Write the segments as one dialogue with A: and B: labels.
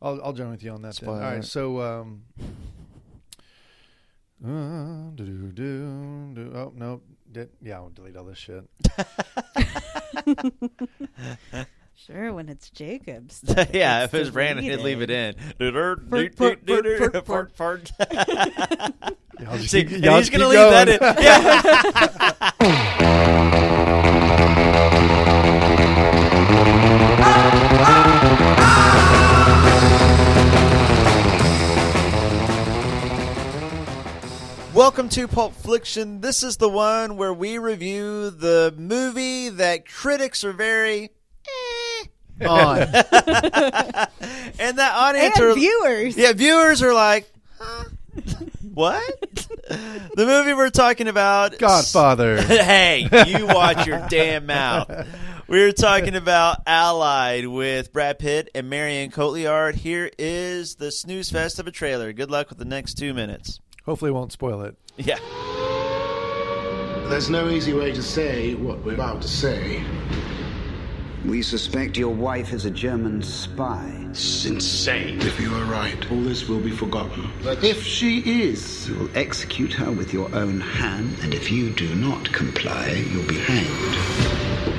A: I'll I'll join with you on that. Then. All
B: Spoiler
A: right,
B: alert.
A: so um, uh, do, do, do, do. oh no, did, yeah, I'll delete all this shit.
C: Sure, when it's Jacob's.
B: yeah, if it was Brandon, he'd leave it in.
C: Fart, fart, fart, fart,
B: Fart, fart.
A: Yeah, I'll just
B: See,
A: keep-
B: and
A: yeah, I'll
B: he's
A: just
B: gonna
A: keep
B: leave that in.
A: going.
B: Yeah. Welcome to Pulp Fiction. This is the one where we review the movie that critics are very eh on, and that
C: And
B: audience are
C: viewers.
B: yeah, viewers are like, huh? what? the movie we're talking about.
A: Godfather.
B: hey, you watch your damn mouth. We were talking about Allied with Brad Pitt and Marion Cotillard. Here is the snooze fest of a trailer. Good luck with the next two minutes.
A: Hopefully, it won't spoil it.
B: Yeah.
D: There's no easy way to say what we're about to say.
E: We suspect your wife is a German spy.
D: It's insane. If you are right, all this will be forgotten. But if she is,
E: You will execute her with your own hand, and if you do not comply, you'll be hanged.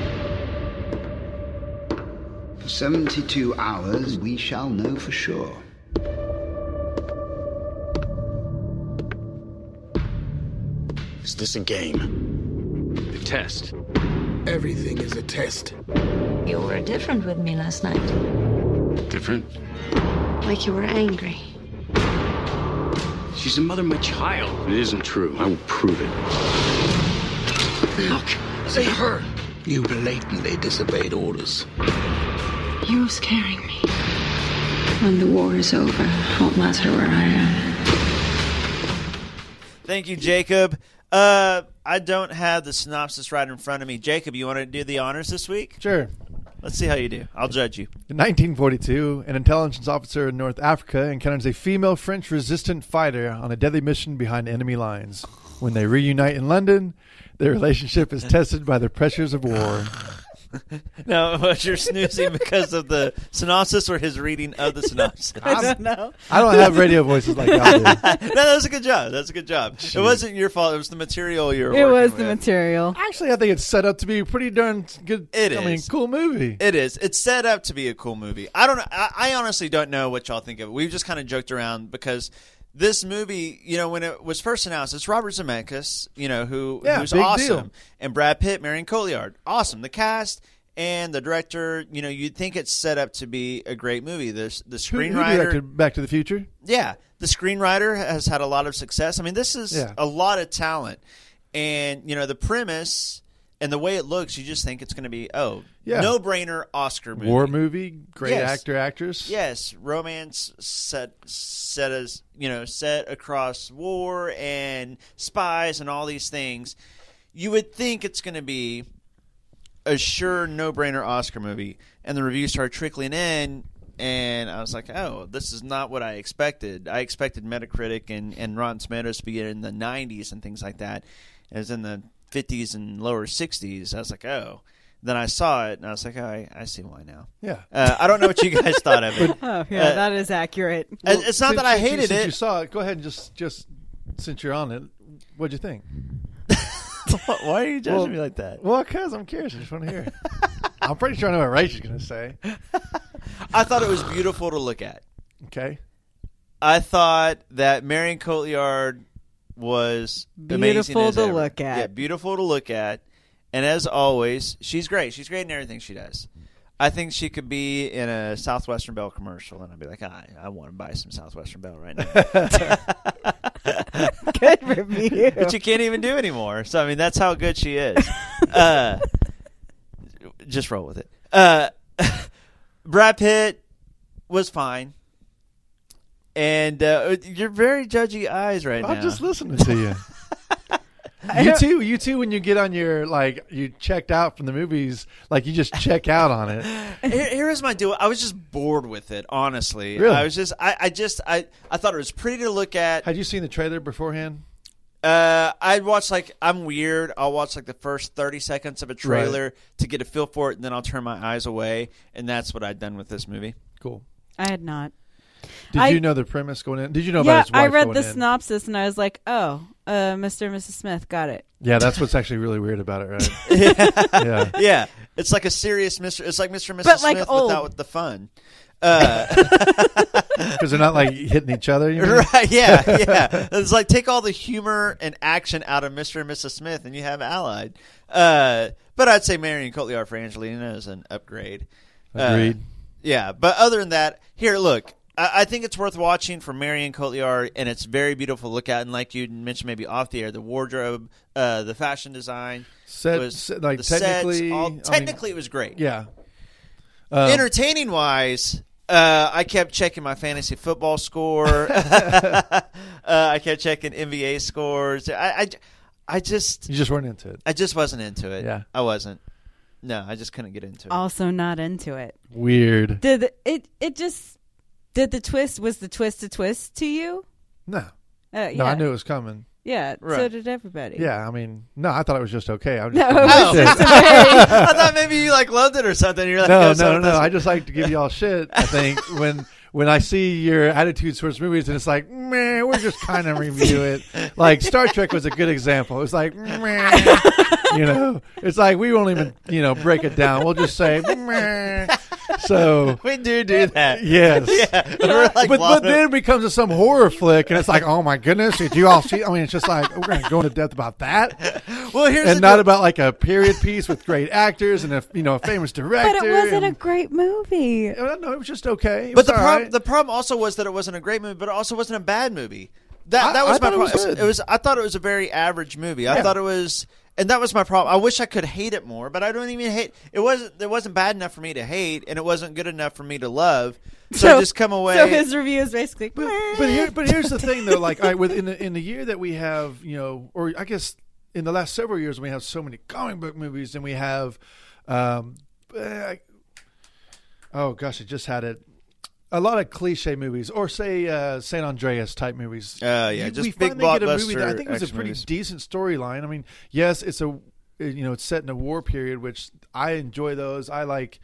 E: For 72 hours, we shall know for sure.
D: is this a game?
F: The test.
D: Everything is a test.
G: You were different with me last night.
F: Different.
G: Like you were angry.
F: She's the mother of my child. It isn't true. I will prove it.
D: Look, see her. You blatantly disobeyed orders.
G: You're scaring me. When the war is over, it won't matter where I am.
B: Thank you, Jacob. Uh, I don't have the synopsis right in front of me. Jacob, you want to do the honors this week?
A: Sure.
B: Let's see how you do. I'll judge you.
A: In 1942, an intelligence officer in North Africa encounters a female French resistant fighter on a deadly mission behind enemy lines. When they reunite in London, their relationship is tested by the pressures of war.
B: No, was your snoozing because of the synopsis or his reading of the synopsis?
C: I don't know.
A: I don't have radio voices like y'all do.
B: no, that was a good job. That's a good job. It wasn't your fault. It was the material you were.
C: It was
B: working
C: the
B: with.
C: material.
A: Actually, I think it's set up to be a pretty darn good.
B: It
A: I mean,
B: is.
A: cool movie.
B: It is. It's set up to be a cool movie. I don't. I, I honestly don't know what y'all think of it. We've just kind of joked around because this movie, you know, when it was first announced, it's Robert Zemeckis, you know, who
A: Yeah,
B: who's
A: big
B: awesome,
A: deal.
B: and Brad Pitt, Marion Cotillard, awesome. The cast and the director, you know, you'd think it's set up to be a great movie. This the
A: Who, who
B: screenwriter,
A: directed Back to the Future?
B: yeah, the screenwriter has had a lot of success. I mean, this is
A: Yeah.
B: a lot of talent, and you know the premise and the way it looks, you just think it's going to be oh,
A: Yeah.
B: no brainer Oscar movie.
A: War movie. Great
B: Yes.
A: actor, actress.
B: Yes, romance set set as you know set across war and spies and all these things. You would think it's going to be a sure no brainer Oscar movie, and the reviews started trickling in, and I was like, oh, this is not what I expected. I expected Metacritic and and Rotten Tomatoes to be in the 90s and things like that, as in the 50s and lower 60s. I was like, oh. Then I saw it and I was like, oh, I, I see why now.
A: Yeah.
B: Uh, I don't know what you guys thought of it.
C: Oh, yeah,
B: Uh,
C: that is accurate.
B: It- it's not
A: Since-
B: that I
A: since you-
B: hated
A: since You
B: it.
A: saw it. Go ahead and just just since you're on it, what'd you think?
B: Why are you judging
A: Well-
B: me like that?
A: Well, because I'm curious. I just want to hear. I'm pretty sure I know what Rachel's going to say.
B: I thought it was beautiful to look at.
A: Okay.
B: I thought that Marion Cotillard was amazing
C: Beautiful
B: as
C: to
B: ever.
C: look at.
B: Yeah, beautiful to look at. And as always, she's great. She's great in everything she does. I think she could be in a Southwestern Bell commercial, and I'd be like, I, I want to buy some Southwestern Bell right now.
C: Good review.
B: but you can't even do anymore. So I mean, that's how good she is. Uh, just roll with it. Uh, Brad Pitt was fine, and uh, you're very judgy eyes right now.
A: I'm just listening to you. you too. You too. When you get on your like, you checked out from the movies. Like you just check out on it.
B: Here, here is my deal. I was just bored with it, honestly.
A: Really?
B: I was just, I, I just, I, I thought it was pretty to look at.
A: Had you seen the trailer beforehand?
B: Uh, I'd watch like I'm weird. I'll watch like the first thirty seconds of a trailer to get a feel for it, and then I'll turn my eyes away, and that's what I'd done with this movie.
A: Cool.
C: I had not.
A: Did
C: I-
A: you know the premise going in? Did you know
C: yeah,
A: about his wife
C: I read
A: going
C: the
A: in?
C: synopsis and I was like, oh, uh, Mr. and Mrs. Smith, got it.
A: Yeah, that's what's actually really weird about it, right? yeah.
B: yeah, it's like a serious Mr. It's like Mr. and Mrs.
C: But, like, oh.
B: Smith
C: old.
B: without with the fun. Uh,
A: Because they're not like hitting each other. You mean?
B: right? Yeah, yeah. It's like take all the humor and action out of Mr. and Mrs. Smith, and you have Allied. Uh, but I'd say Marion Cotillard for Angelina is an upgrade. Uh,
A: Agreed.
B: yeah, but other than that, here, look. I I think it's worth watching for Marion Cotillard, and it's very beautiful to look at. And like you mentioned, maybe off the air, the wardrobe, uh, the fashion design,
A: Set- set- like, technically- I mean-
B: technically it was great.
A: yeah. Uh, Um,
B: Entertaining wise, uh, I kept checking my fantasy football score. uh, I kept checking NBA scores. I, I, I just,
A: You just weren't into it.
B: I just wasn't into it.
A: Yeah.
B: I wasn't. No, I just couldn't get into it.
C: Also, not into it.
A: Weird.
C: Did the, it? It just did the twist. Was the twist a twist to you?
A: No.
C: Uh, yeah.
A: No, I knew it was coming.
C: Yeah. So
B: Right.
C: did everybody.
A: Yeah, I mean, no, I thought it was just okay. I was
C: No,
A: just,
C: it
B: Oh.
C: was just a very-
B: I thought maybe you like loved it or something. You're like,
A: no,
B: "Oh, so
A: no,
B: it
A: no.
B: doesn't-"
A: I just like to give y'all shit. I think when when I see your attitudes towards movies, and it's like, man, we're just kind of review it. Like Star Trek was a good example. It was like, meh. you know, it's like we won't even you know break it down. We'll just say, meh. so
B: we do do that.
A: yes.
B: We're like,
A: but but
B: "Lana."
A: then it becomes a- some horror flick, and it's like, oh my goodness, did you all see? I mean, it's just like we're going to go into depth about that,
B: well, here's
A: and
B: the
A: not
B: deal.
A: about like a period piece with great actors and a you know a famous director.
C: but it wasn't a
A: and-
C: great movie.
A: I don't know. Oh, It was just okay. It was
B: But the
A: all
B: problem,
A: right.
B: the problem also was that it wasn't a great movie, but it also wasn't a bad movie. That
A: I-
B: that
A: I
B: was my
A: thought it was
B: problem. It was,
A: good.
B: I thought it was a very average movie. I
A: Yeah.
B: thought it was, and that was my problem. I wish I could hate it more, but I don't even hate. It wasn't. It wasn't bad enough for me to hate, and it wasn't good enough for me to love. So, I just come away.
C: So his review is basically.
A: But, but here, but here's the thing, though. Like, all right, with in the, in the year that we have, you know, or I guess in the last several years, we have so many comic book movies, and we have, um, eh, oh gosh, I just had it. A lot of cliche movies, or say uh, San Andreas type movies.
B: Uh, yeah,
A: You-
B: just
A: we
B: big
A: finally get a movie that I
B: blockbuster
A: think was a
B: action
A: pretty
B: movies.
A: decent storyline. I mean, yes, it's a you know it's set in a war period, which I enjoy those. I like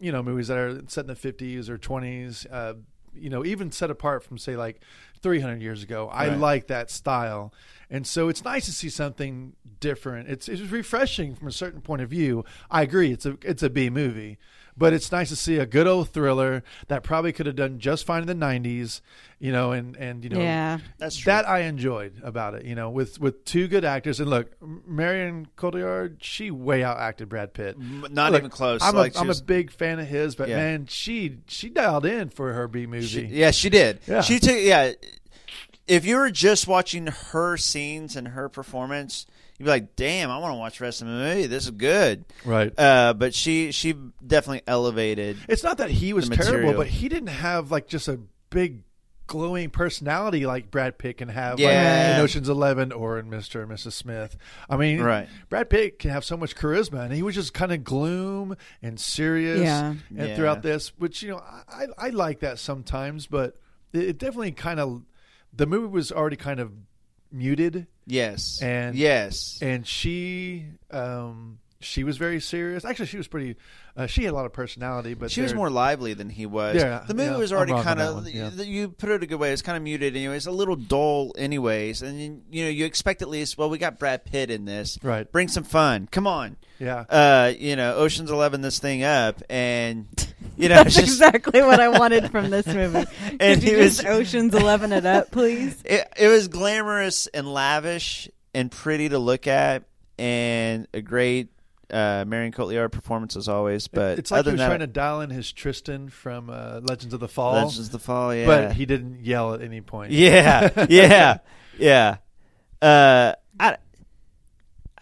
A: you know movies that are set in the fifties or twenties. Uh, you know, even set apart from say like three hundred years ago. I like that style, and so it's nice to see something different. It's it's refreshing from a certain point of view. I agree. It's a it's a B movie. But it's nice to see a good old thriller that probably could have done just fine in the '90s, you know, and and you know,
C: Yeah.
B: That's true.
A: that I enjoyed about it, you know, with with two good actors. And look, Marion Cotillard, she way out acted Brad Pitt.
B: not
A: Look,
B: even close.
A: I'm,
B: Like,
A: a,
B: she
A: I'm
B: was-
A: a big fan of his, but
B: Yeah.
A: man, she she dialed in for her B movie.
B: She- yeah, she did.
A: Yeah.
B: She took yeah. If you were just watching her scenes and her performance, you'd be like, "Damn, I want to watch the rest of the movie. This is good."
A: Right.
B: Uh, but she she definitely elevated.
A: it's not that he was
B: The
A: terrible,
B: material.
A: but he didn't have like just a big glowing personality like Brad Pitt can have
B: Yeah.
A: like, in Ocean's Eleven or in Mr. and Mrs. Smith. I mean
B: Right.
A: Brad Pitt can have so much charisma and he was just kind of gloom and serious
C: Yeah.
A: and
B: Yeah.
A: throughout this, which you know, I, I I like that sometimes, but it, it definitely kind of the movie was already kind of muted
B: Yes.
A: And-
B: yes.
A: and she um she was very serious. Actually, she was pretty. Uh, she had a lot of personality, but
B: she was
A: there-
B: more lively than he was.
A: Yeah,
B: the movie
A: yeah,
B: was
A: I'm
B: already
A: wrong on
B: kind
A: that
B: of
A: one, yeah.
B: you put it a good way. It's kind of muted anyways, a little dull anyways, and you, you know you expect at least well we got Brad Pitt in this,
A: Right.
B: Bring some fun, come on,
A: Yeah.
B: Uh, you know Ocean's Eleven this thing up, and you know it's
C: That's
B: just,
C: exactly what I wanted from this movie.
B: And
C: Could you
B: he was-
C: just Ocean's Eleven it up, please?
B: it, it was glamorous and lavish and pretty to look at, and a great uh, Marion Cotillard performance as always. But
A: it's like he
B: other
A: was
B: than
A: trying to
B: that,
A: dial in his Tristan from uh, Legends of the Fall,
B: Legends of the Fall, yeah,
A: but he didn't yell at any point.
B: Yeah, yeah, yeah. Uh, I,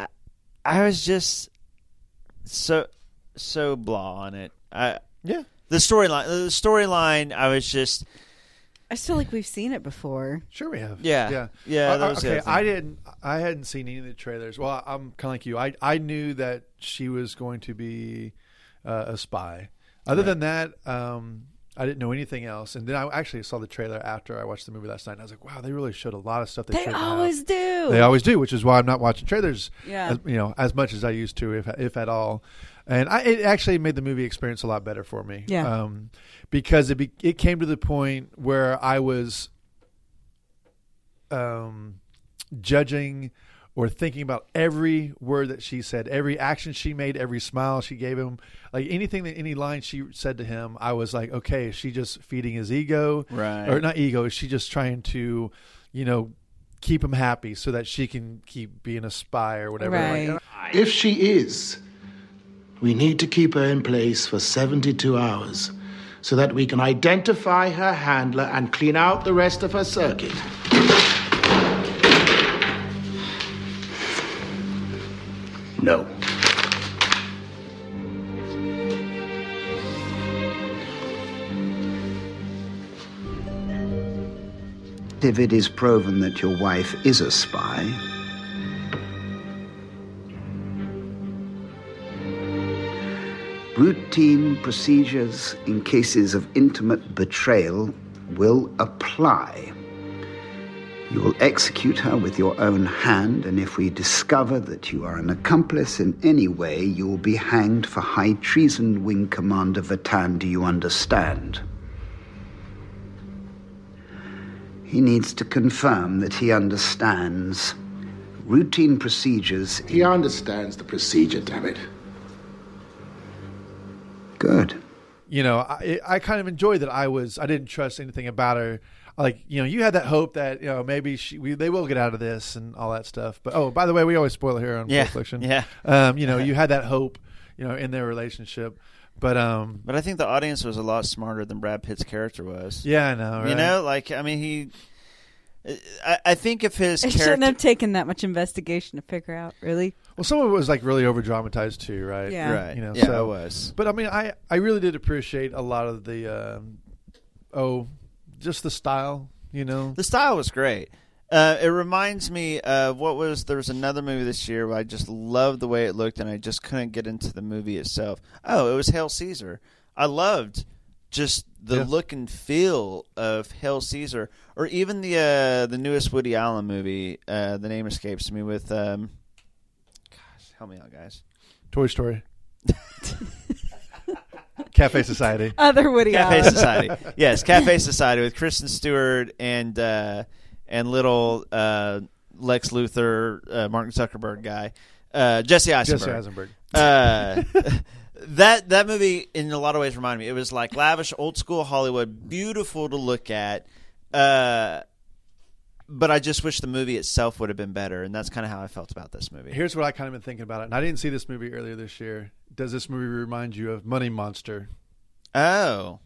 B: I, I was just so so blah on it. I
A: yeah.
B: the storyline, the storyline. I was just
C: I just feel like we've seen it before.
A: Sure, we have.
B: Yeah.
A: yeah,
B: Yeah,
A: Uh,
B: that was the
A: okay,
B: other thing.
A: I didn't. I hadn't seen any of the trailers. Well, I- I'm kind of like you. I I knew that she was going to be uh, a spy. Other than that, um, I didn't know anything else. And then I actually saw the trailer after I watched the movie last night. And I was like, wow, they really showed a lot of stuff. They,
C: They
A: shouldn't have.
C: always do.
A: They always do, which is why I'm not watching trailers.
C: Yeah.
A: as- you know, as much as I used to, if if at all. and I, it actually made the movie experience a lot better for me.
C: Yeah.
A: um, because it be, it came to the point where I was um, judging or thinking about every word that she said, every action she made, every smile she gave him, like anything that any line she said to him, I was like, okay, is she just feeding his ego,
B: Right.
A: Or not ego? Is she just trying to, you know, keep him happy so that she can keep being a spy or whatever? Like,
C: Right.
H: If she is, we need to keep her in place for 72 hours so that we can identify her handler and clean out the rest of her circuit.
F: No.
E: If it is proven that your wife is a spy, routine procedures in cases of intimate betrayal will apply. You will execute her with your own hand, and if we discover that you are an accomplice in any way, you will be hanged for high treason, Wing Commander Vatan. Do you understand? He needs to confirm that he understands routine procedures.
H: He understands the procedure, damn it.
E: Good.
A: you know, I, I kind of enjoyed that I was I didn't trust anything about her. Like you know, you had that hope that you know maybe she we, they will get out of this and all that stuff. But oh, by the way, we always spoil it here on
B: Yeah,
A: Pulp Fiction.
B: yeah.
A: um, you know, you had that hope, you know, in their relationship. But um,
B: But I think the audience was a lot smarter than Brad Pitt's character was.
A: yeah, I know.
B: You
A: right?
B: know, like I mean, he. I, I think if his
C: It
B: character,
C: shouldn't have taken that much investigation to figure out, really.
A: Well, some of it was like really over dramatized too, right?
C: Yeah.
B: right?
A: You know,
B: yeah,
A: so-
B: it was.
A: But I mean, I I really did appreciate a lot of the um, oh, just the style, you know.
B: The style was great. Uh, it reminds me of what was there was another movie this year where I just loved the way it looked and I just couldn't get into the movie itself. Oh, it was Hail Caesar. I loved just the
A: Yeah.
B: look and feel of Hail Caesar, or even the uh, the newest Woody Allen movie. Uh, the name escapes me. With um, gosh, help me out, guys.
A: Toy Story. Cafe Society.
C: Other Woody
B: Cafe
C: Allen.
B: Society. Yes, Cafe Society with Kristen Stewart and uh, and little uh, Lex Luthor, uh, Martin Zuckerberg guy, uh, Jesse Eisenberg.
A: Jesse Eisenberg.
B: Uh, that that movie in a lot of ways reminded me. It was like lavish, old school Hollywood, beautiful to look at. Uh, but I just wish the movie itself would have been better, and that's kind of how I felt about this movie.
A: Here's what I kind of been thinking about it, and I didn't see this movie earlier this year. Does this movie remind you of Money Monster?
B: oh,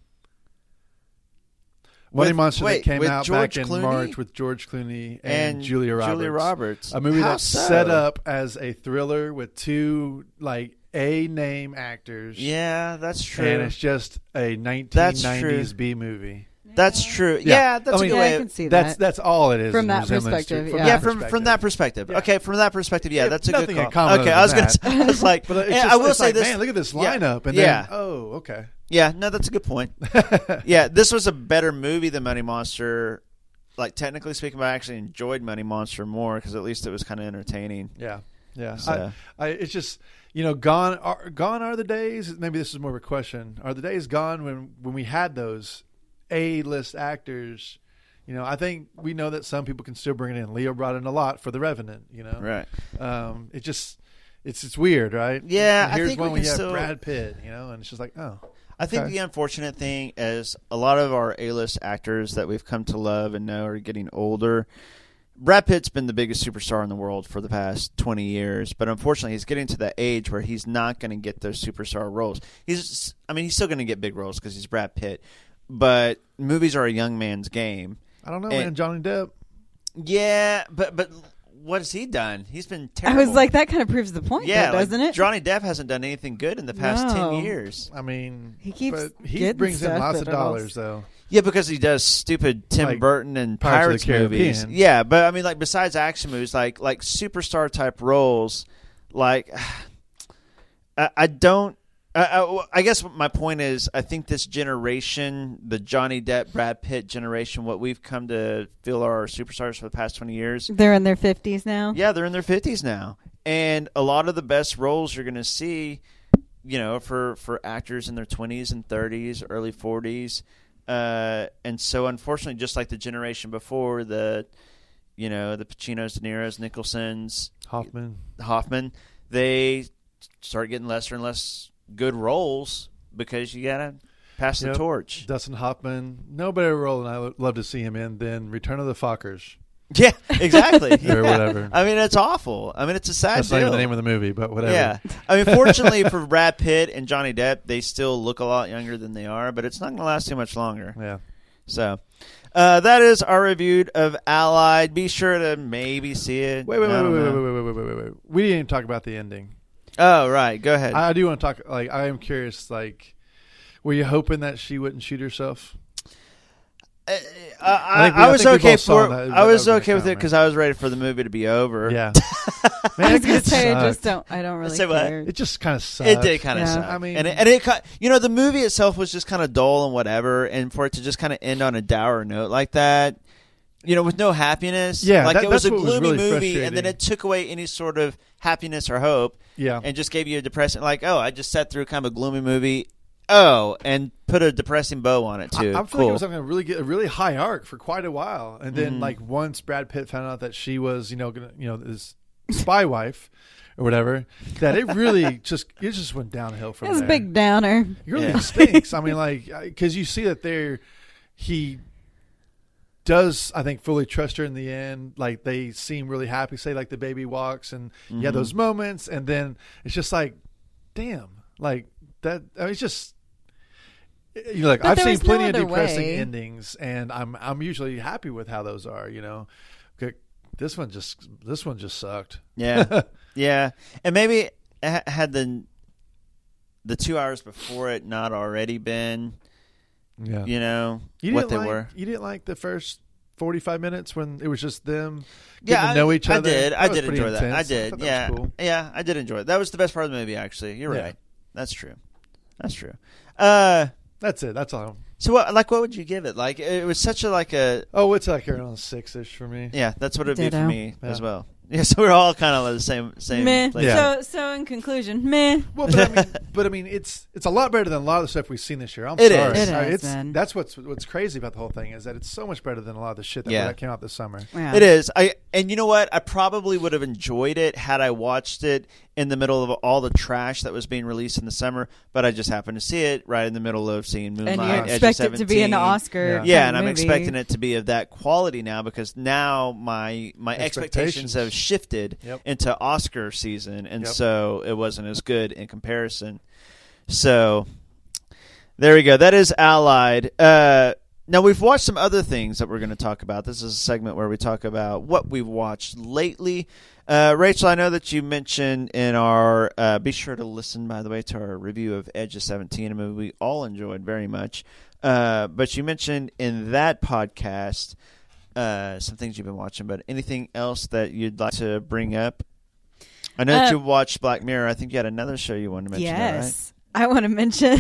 A: Money
B: With-
A: Monster
B: wait,
A: that came
B: with
A: out
B: George
A: back in
B: Clooney?
A: March with George Clooney and,
B: And
A: Julia Roberts.
B: Julia Roberts.
A: A movie
B: How
A: that's
B: so?
A: set up as a thriller with two like A name actors.
B: yeah, that's true.
A: And it's just a 1990s
B: true.
A: B movie.
B: That's true. Yeah, that's
A: I
B: a
A: mean,
B: good
C: Yeah,
B: way.
C: I can see
A: That's
C: that.
A: that's all it is
C: From
A: in
C: that
A: resemblance to-
C: perspective,
A: from
C: yeah.
B: yeah,
A: that
B: from from that perspective. Okay, from that perspective, yeah, that's a
A: nothing
B: good
A: in
B: call.
A: common
B: okay,
A: other
B: I was
A: than
B: gonna,
A: that.
B: say, I was like,
A: But it's
B: yeah,
A: just,
B: I will
A: it's
B: say
A: like,
B: this.
A: man, look at this
B: yeah,
A: lineup, and
B: yeah,
A: then oh, okay.
B: yeah, no, that's a good point. yeah, this was a better movie than Money Monster. Like technically speaking, but I actually enjoyed Money Monster more because at least it was kind of entertaining.
A: Yeah, yeah.
B: So-
A: I, I, it's just you know, gone are gone are the days. Maybe this is more of a question. Are the days gone when when we had those A list actors? You know, I think we know that some people can still bring it in. Leo brought in a lot for The Revenant. You know,
B: Right.
A: Um, it just it's it's weird, right?
B: Yeah,
A: And
B: I
A: here's
B: think we
A: one we
B: can
A: have
B: still-
A: Brad Pitt. You know, and it's just like oh,
B: I think
A: Okay.
B: the unfortunate thing is a lot of our A-list actors that we've come to love and know are getting older. Brad Pitt's been the biggest superstar in the world for the past 20 years, but unfortunately, he's getting to that age where he's not going to get those superstar roles. He's, I mean, he's still going to get big roles because he's Brad Pitt, but movies are a young man's game.
A: I don't know,
B: And-
A: man. Johnny Depp.
B: Yeah, but but what has he done? He's been
C: I
B: terrible.
C: was like, that kind of proves the point,
B: yeah,
C: though,
B: like,
C: doesn't it?
B: Johnny Depp hasn't done anything good in the past 10
C: No.
B: years.
A: I mean,
C: He keeps
A: but he
C: getting
A: brings in
C: stuff
A: lots
C: that
A: of
C: are all-
A: dollars, though.
B: Yeah, because he does stupid Tim
A: Like
B: Burton and
A: Pirates
B: Pirates
A: of the
B: movies.
A: Caribbean.
B: Yeah, but I mean, like besides action movies, like like superstar type roles, like I, I don't. I, I, I guess my point is, I think this generation, the Johnny Depp, Brad Pitt generation, what we've come to feel are our superstars for the past twenty years.
C: They're in their 50s now.
B: Yeah, they're in their fifties now, and a lot of the best roles you're going to see you know, for for actors in their twenties and thirties, early forties, uh, and so unfortunately, just like the generation before, the you know the Pacinos, De Niro's, Nicholsons,
A: Hoffman.
B: Hoffman, they start getting lesser and less good roles because you gotta pass the
A: Yep.
B: torch.
A: Dustin Hoffman. No better role than I would love to see him in than Return of the Fockers.
B: Yeah, exactly.
A: Or
B: Yeah.
A: whatever.
B: I mean, it's awful. I mean, it's a sad
A: That's not even
B: deal.
A: the name of the movie, but whatever.
B: yeah, I mean, fortunately for Brad Pitt and Johnny Depp, they still look a lot younger than they are, but it's not going to last too much longer.
A: Yeah.
B: So, uh, that is our review of Allied. Be sure to maybe see it.
A: Wait, wait, wait,
B: I don't
A: wait, wait,
B: know.
A: wait, wait, wait, wait, wait, wait. We didn't even talk about the ending.
B: Oh, right. Go ahead.
A: I I do want to talk. Like, I am curious. Like, were you hoping that she wouldn't shoot herself?
B: I,
A: think we-
B: I
A: I
B: was
A: think we
B: okay
A: both saw
B: for
A: that-
B: I was
A: that was
B: okay with it
A: coming.
B: because I was ready for the movie to be over.
A: Yeah.
C: I
A: Man,
C: was
A: it
C: gonna
A: just
C: say I
A: sucked.
C: just uh, don't. I don't really
B: Say what?
C: care.
A: It just kind of sucked.
B: It did kind of
C: Yeah.
B: suck.
A: I mean-
B: and it, and it, ki- you know, the movie itself was just kind of dull and whatever, and for it to just kind of end on a dour note like that, you know, with no happiness,
A: Yeah,
B: like
A: that-
B: it was a
A: that's what was
B: gloomy
A: really
B: movie, and then
A: frustrating.
B: it took away any sort of happiness or hope,
A: Yeah.
B: and just gave you a depressing, like, oh, I just sat through kind of a gloomy movie, oh, and put a depressing bow on it
A: I,
B: too.
A: I'm feeling
B: cool.
A: it was on a really good, a really high arc for quite a while, and
C: Mm.
A: then like once Brad Pitt found out that she was, you know, gonna, you know, his spy wife or whatever, that it really just it just went downhill from
C: It was a
A: there.
C: big downer.
A: It really
B: Yeah.
A: stinks. I mean, like, because you see that there, he does, I think, fully trust her in the end. Like, they seem really happy. Say, like, the baby walks, and you have those moments, and then it's just like, damn, like that. I mean, it's just. You know, like
C: But
A: I've
C: there
A: seen
C: was no
A: plenty of
C: other
A: depressing
C: way.
A: endings, and I'm I'm usually happy with how those are. You know, Okay, this one just this one just sucked.
B: Yeah, yeah, and maybe ha- had the the two hours before it not already been,
A: Yeah,
B: you know,
A: You
B: what
A: didn't
B: they
A: like,
B: were.
A: You didn't like the first forty-five minutes when it was just them getting
B: yeah,
A: to know
B: I,
A: each
B: I
A: other.
B: did. I
A: was
B: did
A: pretty
B: enjoy that. I
A: intense.
B: did.
A: thought that
B: yeah,
A: was cool.
B: yeah, I did enjoy it. That was the best part of the movie. Actually, you're
A: Yeah.
B: right. That's true. That's true. Uh,
A: That's it. That's all.
B: so what? Like, what would you give it? Like, it was such a like a
A: Oh, it's like around six-ish for me.
B: yeah. That's what it'd be for
C: Ditto.
B: me as
A: Yeah.
B: well. Yeah, so we're all kind of the same same.
C: Meh.
B: place.
A: Yeah.
C: So so in conclusion, meh.
A: Well, but I mean, but I mean, it's it's a lot better than a lot of the stuff we've seen this year. I'm
B: It
A: sorry.
B: is.
C: It
A: I-
C: has
A: it's
C: been.
A: that's what's what's crazy about the whole thing is that it's so much better than a lot of the shit that,
B: Yeah.
A: that came out this summer.
C: Yeah.
B: It is. I and you know what? I probably would have enjoyed it had I watched it in the middle of all the trash that was being released in the summer. But I just happened to see it right in the middle of seeing Moonlight.
C: And you
B: Edge of
C: expect it to be an
B: 17.
C: Oscar?
A: Yeah.
C: kind
B: Yeah,
C: of
B: and I'm
C: movie.
B: expecting it to be of that quality now because now my my
A: Expectations.
B: expectations, have shifted
A: Yep.
B: into Oscar season, and
A: Yep.
B: so it wasn't as good in comparison. So there we go. That is Allied. Uh, now we've watched some other things that we're going to talk about. This is a segment where we talk about what we've watched lately. Uh, Rachel, I know that you mentioned in our. Uh, be sure to listen, by the way, to our review of Edge of Seventeen, a movie we all enjoyed very much. Uh, but you mentioned in that podcast uh, some things you've been watching. But anything else that you'd like to bring up? I know that
C: Uh,
B: you watched Black Mirror. I think you had another show you wanted to mention. though,
C: Yes. I want to mention.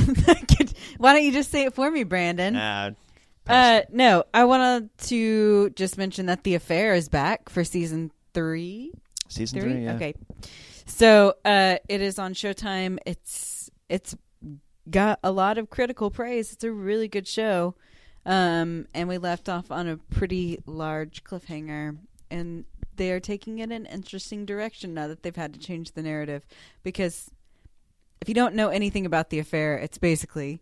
C: why don't you just say it for me, Brandon?
B: right? Uh,
C: Uh, no, I wanted to just mention that the affair is back for season three.
B: Season
C: Three,
B: three. yeah.
C: okay. So uh, it is on Showtime. It's it's got a lot of critical praise. It's a really good show, um, and we left off on a pretty large cliffhanger. And they are taking it an interesting direction now that they've had to change the narrative, because if you don't know anything about the affair, it's basically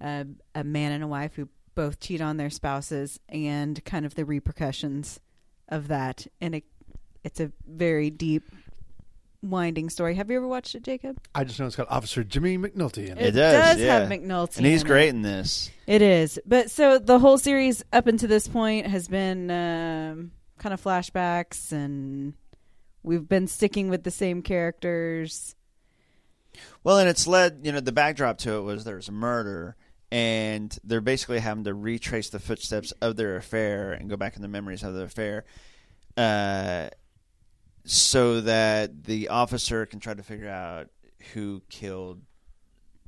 C: a, a man and a wife who both cheat on their spouses and kind of the repercussions of that. And it, it's a very deep, winding story. Have you ever watched it, Jacob?
A: I just know it's got Officer Jimmy McNulty in it.
B: It does,
C: have
B: yeah.
C: McNulty,
B: And he's
C: in it.
B: great in this.
C: It is, but so the whole series up until this point has been um, kind of flashbacks, and we've been sticking with the same characters.
B: Well, and it's led, you know, the backdrop to it was there's a murder, and they're basically having to retrace the footsteps of their affair and go back in the memories of the affair, uh, so that the officer can try to figure out who killed,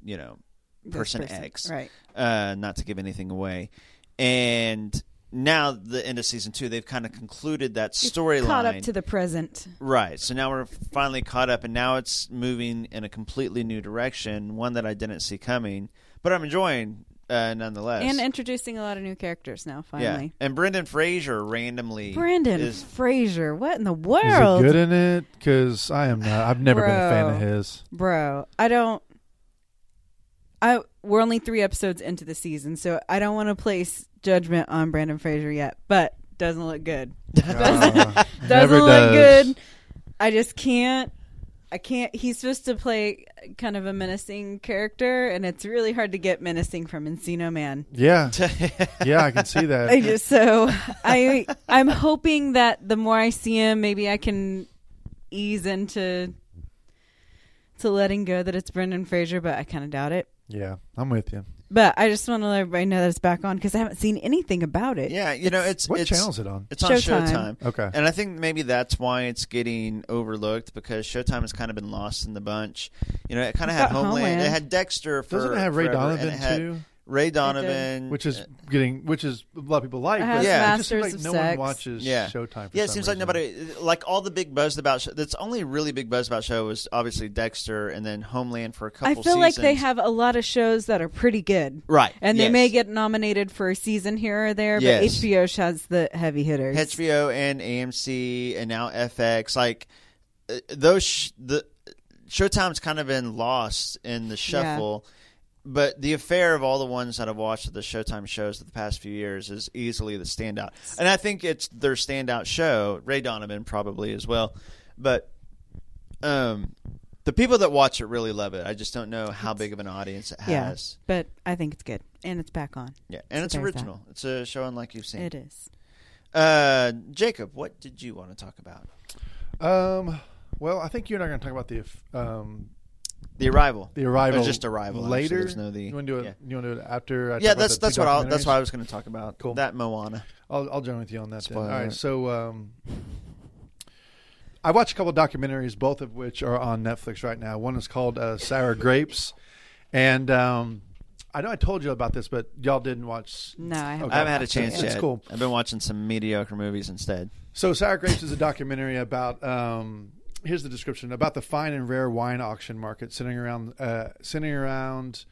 B: you know,
C: This
B: person, X.
C: right?
B: Uh, not to give anything away, and now the end of season two, they've kind of concluded that storyline.
C: Caught up to the present.
B: Right. So now we're finally caught up, and now it's moving in a completely new direction, one that I didn't see coming, but I'm enjoying uh, nonetheless.
C: And introducing a lot of new characters now,
B: yeah,
C: finally.
B: and Brendan Fraser randomly.
C: Brandon
B: is
C: Fraser, what in the
A: Is he
C: world?
A: good in it? Because I am not. I've never been a fan of
C: Bro.
A: his.
C: Bro, I don't I we're only 3 episodes into the season, so I don't want to place judgment on Brandon Fraser yet, but doesn't look good. doesn't
A: Ah, Never
C: look
A: does.
C: good. I just can't I can't he's supposed to play kind of a menacing character and it's really hard to get menacing from Encino Man.
A: Yeah, yeah, I can see
C: I
A: that.
C: just so I I'm hoping that the more I see him, maybe I can ease into to letting go that it's Brendan Fraser, but I kind of doubt it.
A: Yeah, I'm with you.
C: But I just want to let everybody know that it's back on because I haven't seen anything about it.
B: Yeah, you know it's
A: What
B: it's,
A: channel is it on?
B: It's on
C: Showtime.
B: Showtime.
A: Okay.
B: And I think maybe that's why it's getting overlooked because Showtime has kind of been lost in the bunch. You know, it kind of had
C: got
B: Homeland.
C: Homeland.
B: It had Dexter for.
A: Doesn't it have Ray
B: forever, and
A: Donovan,
B: it had
A: too?
B: Ray Donovan,
A: Which is getting, which is a lot of people like.
C: It
A: But
C: has
A: yeah, it just seems like
C: Masters
A: no
C: of
A: one
C: Sex.
A: watches
B: yeah
A: Showtime. For
B: yeah, it
A: some
B: seems like
A: reason.
B: nobody like all the big buzz about show, that's only really big buzz about show was obviously Dexter and then Homeland for a couple.
C: I feel like they
B: seasons.
C: have a lot of shows that are pretty good,
B: Right,
C: And they may
B: yes.
C: get nominated for a season here or there,
B: Yes.
C: but HBO has the heavy hitters.
B: HBO and AMC and now FX. Like uh, those, sh- the Showtime's kind of been lost in the shuffle. But the affair of all the ones that I've watched of the Showtime shows of the past few years is easily the standout, and I think it's their standout show. Ray Donovan probably as well, but um, the people that watch it really love it. I just don't know how big of an audience it
C: yeah,
B: has.
C: but I think it's good and it's back on.
B: Yeah, and it's
C: there's that.
B: original. It's a show unlike you've seen.
C: It is.
B: Uh, Jacob, what did you want to talk about?
A: Um, well, I think you and I are going to talk about the if- um,
B: The arrival.
A: the arrival.
B: Or just arrival. actually.
A: later.
B: There's no the.
A: you want to do it?
B: Yeah,
A: You want to do it after? I talk
B: Yeah,
A: about
B: that's
A: the
B: that's
A: two
B: what I'll, that's
A: documentaries?
B: what I was going to talk about.
A: Cool.
B: That Moana.
A: I'll, I'll join with you on that. Then. All
B: Spoiler
A: right.
B: alert.
A: So um, I watched a couple documentaries, both of which are on Netflix right now. One is called uh, Sour Grapes, and um, I know I told you about this, but y'all didn't watch.
C: No, I haven't.
B: I haven't had a chance
A: That's
B: yet.
A: cool.
B: I've been watching some mediocre movies instead.
A: So Sour Grapes is a documentary about. Um, here's the description about the fine and rare wine auction market centering around uh, centering around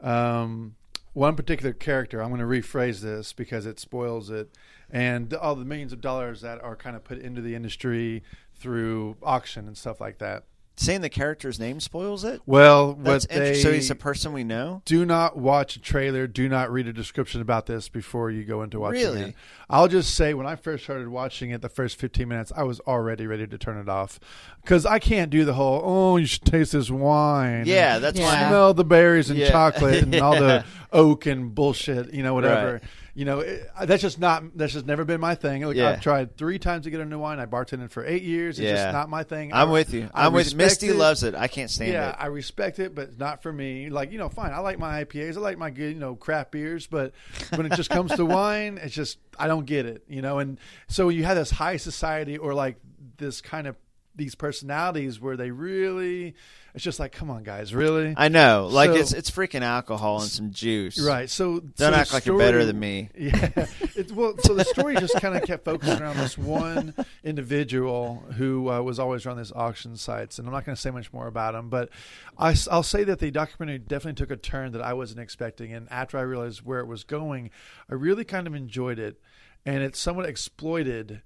A: um, one particular character. I'm going to rephrase this because it spoils it, and all the millions of dollars that are kind of put into the industry through auction and stuff like that.
B: Saying the character's name spoils it.
A: Well,
B: That's
A: what they
B: interesting. So he's a person we know.
A: do not watch a trailer. Do not read a description about this before you go into watching
B: Really?
A: it. I'll just say when I first started watching it, the first 15 minutes, I was already ready to turn it off because I can't do the whole, oh, you should taste this wine.
B: Yeah, that's
C: Yeah.
B: why.
A: Smell the berries and
B: Yeah.
A: chocolate and all the
B: Yeah.
A: oak and bullshit, you know, whatever.
B: Right.
A: You know, it, I- that's just not, that's just never been my thing. Look,
B: Yeah.
A: I've tried three times to get into wine. I bartended for eight years. It's
B: Yeah.
A: just not my thing.
B: I'm
A: I-
B: with you.
A: I
B: I'm with
A: respect
B: Misty.
A: it.
B: Loves it. I can't stand
A: Yeah,
B: it.
A: I respect it, but not for me. Like, you know, fine. I like my IPAs. I like my good, you know, crap beers, but when it just comes to wine, it's just I don't get it, you know. And so you have this high society or like this kind of these personalities where they really it's just like, come on guys, really?
B: I know. Like
A: So-
B: it's it's freaking alcohol and some juice.
A: Right. So
B: Don't
A: so
B: act
A: the
B: like you're better
A: story-
B: than me.
A: Yeah. It's, well, so the story just kind of kept focusing around this one individual who uh, was always around these auction sites, and I'm not going to say much more about him, but I, will say that the documentary definitely took a turn that I wasn't expecting, and after I realized where it was going, I really kind of enjoyed it, and it somewhat exploited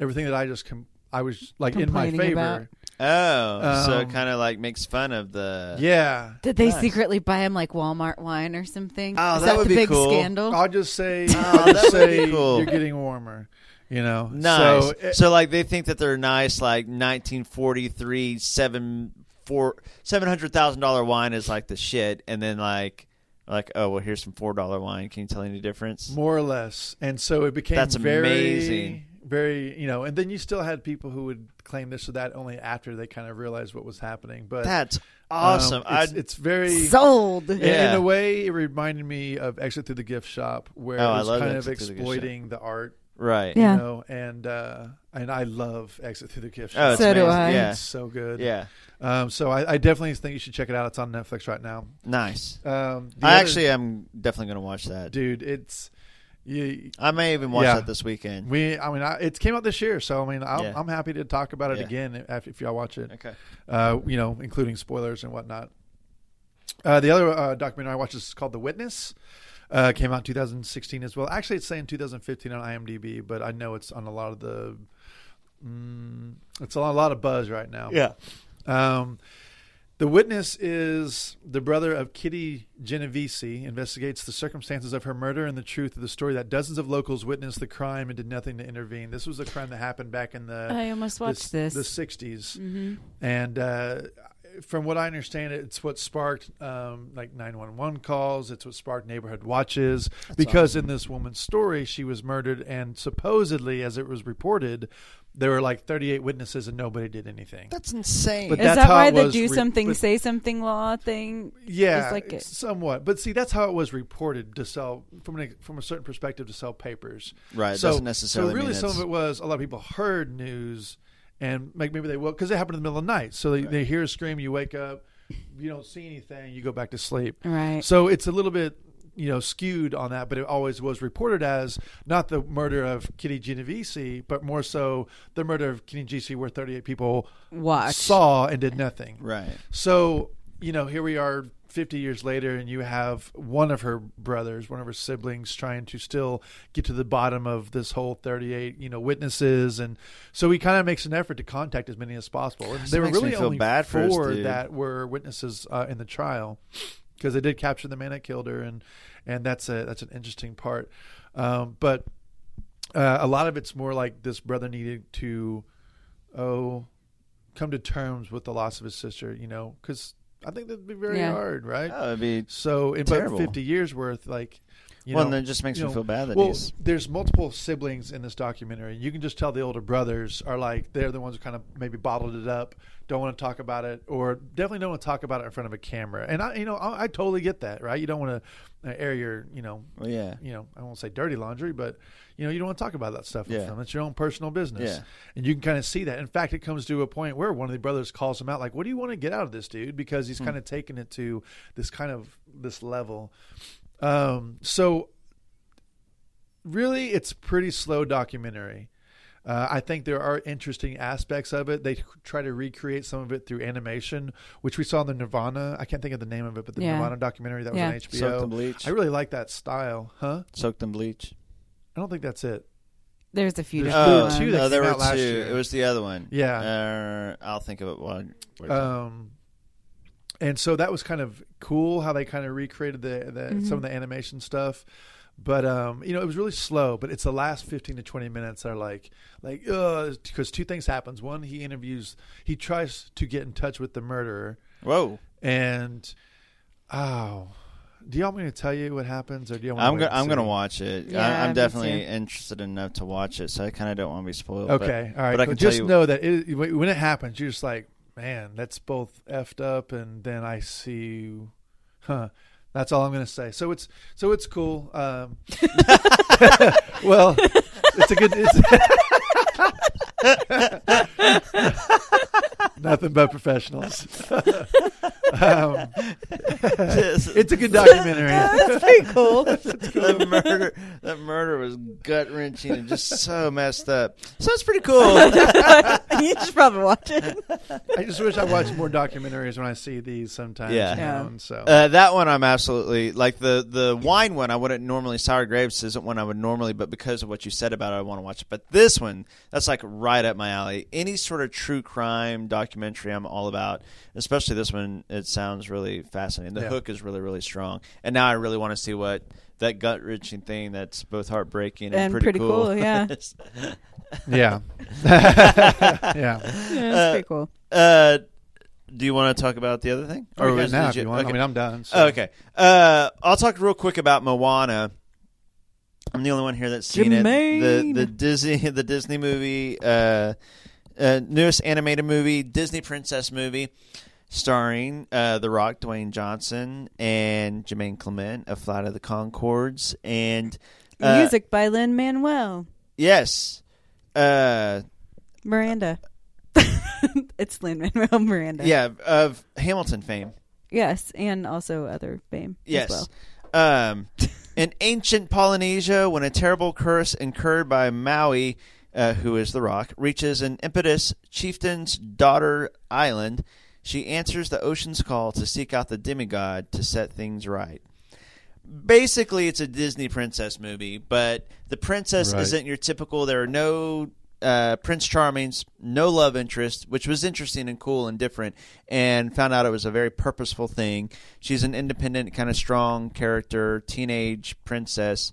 A: everything that I just com- I was like in my
C: Complaining
A: favor.
C: about.
B: Oh, so it
A: Um,
B: kind of like makes fun of the.
A: Yeah.
C: Did they secretly buy him like Walmart wine or something?
B: Oh,
C: Is
B: that
C: that,
B: would
C: the
B: be
C: big
B: cool.
C: scandal?
A: I'll just say,
B: Oh, that
A: I'll just
B: would be
A: say
B: cool.
A: you're getting warmer. You know,
B: Nice.
A: So, eh,
B: So,
A: it-
B: like they think that they're nice, like 1943 seven four seven hundred thousand dollar wine is like the shit, and then like like oh well here's some four dollar wine. Can you tell any difference?
A: more or less. And so it became
B: That's
A: very,
B: amazing.
A: very, you know. And then you still had people who would claim this or that only after they kind of realized what was happening. But
B: That's
A: um,
B: awesome. I
A: it's, it's very.
C: Sold.
A: in-
B: Yeah.
A: In a way, it reminded me of Exit Through the Gift Shop, where
B: Oh, I
A: it was
B: love
A: kind of
B: Exit Through the Gift Shop.
A: exploiting the art,
B: right.
C: Yeah.
A: you know. And uh, and I love Exit Through the Gift
B: Oh,
A: Shop.
B: it's
C: So do
B: amazing.
C: I.
B: Yeah.
A: It's so good.
B: Yeah.
A: Um, so I, I definitely think you should check it out. It's on Netflix right now.
B: Nice.
A: Um, the
B: I
A: other-
B: actually am definitely gonna watch that.
A: dude, it's You,
B: I may even watch
A: Yeah.
B: that this weekend.
A: we, I mean, I, it came out this year, so I mean, I'm,
B: Yeah.
A: I'm happy to talk about it
B: Yeah.
A: again if, if y'all watch it.
B: Okay.
A: uh, you know, including spoilers and whatnot. Uh, the other uh, documentary I watched is called The Witness. Uh, came out in 2016 as well. Actually, it's saying 2015 on IMDb, but I know it's on a lot of the. Mm, it's on a lot of buzz right now. Um, the witness is the brother of Kitty Genovese, investigates the circumstances of her murder and the truth of the story that dozens of locals witnessed the crime and did nothing to intervene. This was a crime that happened back in the
C: I almost watched
A: the,
C: this. Mm-hmm.
A: the 60s. And uh, from what I understand, it's what sparked um, like 911 calls, it's what sparked neighborhood watches. because in this woman's story, she was murdered, and supposedly, as it was reported, there were like 38 witnesses and nobody did anything.
B: That's insane.
A: But
C: Is
A: that's
C: that
A: how
C: why
A: it
C: the
A: was
C: do
A: re-
C: something,
A: but-
C: say something law thing?
A: Yeah,
C: It's like it-
A: somewhat. But see, that's how it was reported to sell from an, from a certain perspective to sell papers.
B: Right, it
A: So
B: doesn't necessarily
A: So really,
B: mean
A: some of
B: it's-
A: it was a lot of people heard news, and like maybe they woke because it happened in the middle of the night. So they, they hear a scream, you wake up, you don't see anything, you go back to sleep.
C: Right.
A: So it's a little bit you know skewed on that, but it always was reported as not the murder of Kitty Genovese, but more so the murder of Kitty Genovese, where thirty eight people
C: Watched.
A: saw and did nothing.
B: right.
A: So, you know, here we are 50 years later, and you have one of her brothers, one of her siblings, trying to still get to the bottom of this whole 38, you know, witnesses. And so he kind of makes an effort to contact as many as possible. And there were
B: makes me
A: really
B: feel
A: only
B: bad for
A: four
B: this dude.
A: that were witnesses uh, in the trial because they did capture the man that killed her. And, and that's a, that's an interesting part. Um, but uh, a lot of it's more like this brother needed to, oh, come to terms with the loss of his sister, you know, because I think that'd be very
C: Yeah.
A: hard, right?
B: That would be
A: so, in about
B: terrible.
A: 50 years worth, like, you
B: Well,
A: know,
B: and that just makes
A: you
B: me
A: know-
B: feel bad that
A: well,
B: he's-
A: there's multiple siblings in this documentary. You can just tell the older brothers are like, they're the ones who kind of maybe bottled it up, don't want to talk about it, or definitely don't want to talk about it in front of a camera. And I, you know, I, I totally get that, right? You don't want to air your, you know,
B: Well, yeah.
A: you know, I won't say dirty laundry, but you know, you don't want to talk about that stuff with
B: Yeah.
A: them. It's your own personal business.
B: Yeah.
A: And you can kind of see that. In fact, it comes to a point where one of the brothers calls him out, like, what do you want to get out of this dude? Because
B: Hmm.
A: he's kind of taken it to this kind of this level. Um, so really it's pretty slow documentary. Uh, I think there are interesting aspects of it. They try to recreate some of it through animation, which we saw in the Nirvana. I can't think of the name of it, but the
C: Yeah.
A: Nirvana documentary that was
C: Yeah.
A: on HBO.
B: Soaked in bleach.
A: I really like that style, huh?
B: Soaked in bleach.
A: I don't think that's it.
C: There's a few
A: There's
C: different
A: were two
C: ones.
A: that
B: Oh, no, there
A: came
B: were
A: out last
B: two.
A: year.
B: It was the other one.
A: Yeah.
B: Uh, I'll think of it while. we're talking.
A: Um, and so that was kind of cool how they kind of recreated the, the some of the animation stuff. But um, you know, it was really slow. But it's the last fifteen to twenty minutes that are like like because two things happens. One, he interviews, he tries to get in touch with the murderer,
B: Whoa.
A: and oh, do y'all want me to tell you what happens, or do you? Want
B: I'm
A: to
B: gonna I'm gonna watch it.
C: Yeah,
B: I,
C: me
B: I'm definitely
C: too.
B: interested enough to watch it, so I kind of don't want to be spoiled. but-
A: Okay, all right.
B: But I
A: But
B: can
A: just
B: tell you,
A: know that it, when when it happens, you're just like, man, that's both effed up, and then I see you, huh? That's all I'm gonna say. So it's so it's cool. Um, well, it's a good. It's Nothing but professionals. um, it's a good documentary.
B: the murder that murder was gut wrenching and just so messed up. So it's pretty cool.
C: you should probably watch it.
A: I just wish I watched more documentaries when I see these sometimes.
B: Yeah.
A: you know,
C: Yeah.
A: and so
B: Uh, that one I'm absolutely like the the wine one I wouldn't normally sour grapes isn't one I would normally but because of what you said about it I want to watch it but this one that's like right up my alley any sort of true crime documentary I'm all about especially this one it sounds really fascinating the
A: Yeah.
B: hook is really really strong and now I really want to see what that gut wrenching thing that's both heartbreaking and,
C: And pretty cool, yeah.
B: is.
A: yeah, yeah.
C: Yeah, it's pretty cool.
B: uh, do you want to talk about the other thing
A: Or
B: you
A: Oh, right
B: guys-
A: now,
B: did
A: if you want.
B: okay. Oh,
A: I mean, I'm done. So.
B: Okay. Uh, I'll talk real quick about Moana. I'm the only one here that's seen it. The
C: Jermaine.
B: the Disney the Disney movie, uh, uh, newest animated movie, Disney princess movie, starring uh, The Rock, Dwayne Johnson, and Jermaine Clement of Flight of the Concords, and uh,
C: Music by Lynn Manuel
B: Yes. Uh,
C: Miranda. it's Lynn Manuel Miranda.
B: yeah, of Hamilton fame.
C: Yes, and also other fame.
B: Yes.
C: As well.
B: Um, in ancient Polynesia, when a terrible curse incurred by Maui, uh, who is the rock, reaches an impetus chieftain's daughter island, she answers the ocean's call to seek out the demigod to set things right. Basically, it's a Disney princess movie, but the princess
A: Right.
B: isn't your typical. There are no uh, Prince Charmings, no love interest, which was interesting and cool and different, and found out it was a very purposeful thing. She's an independent, kind of strong character, teenage princess,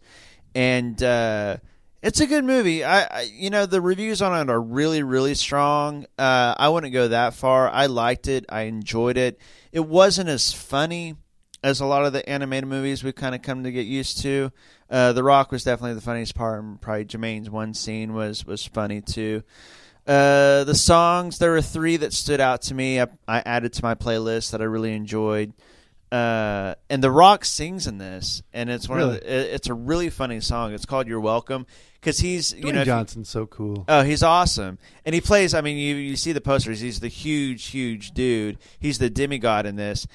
B: and uh, it's a good movie. I, I, you know, the reviews on it are really, really strong. Uh, I wouldn't go that far. I liked it. I enjoyed it. It wasn't as funny as a lot of the animated movies we've kind of come to get used to. Uh, the Rock was definitely the funniest part, and probably Jermaine's one scene was was funny too. Uh, the songs there were three that stood out to me. I, I added to my playlist that I really enjoyed. Uh, and The Rock sings in this, and it's one
A: Really?
B: of the, it- it's a really funny song. It's called "You're Welcome" because he's you
A: Dwayne
B: know if you-
A: Johnson's so cool.
B: Oh, he's awesome. And he plays, I mean, you, you see the posters. He's the huge, huge dude. He's the demigod in this.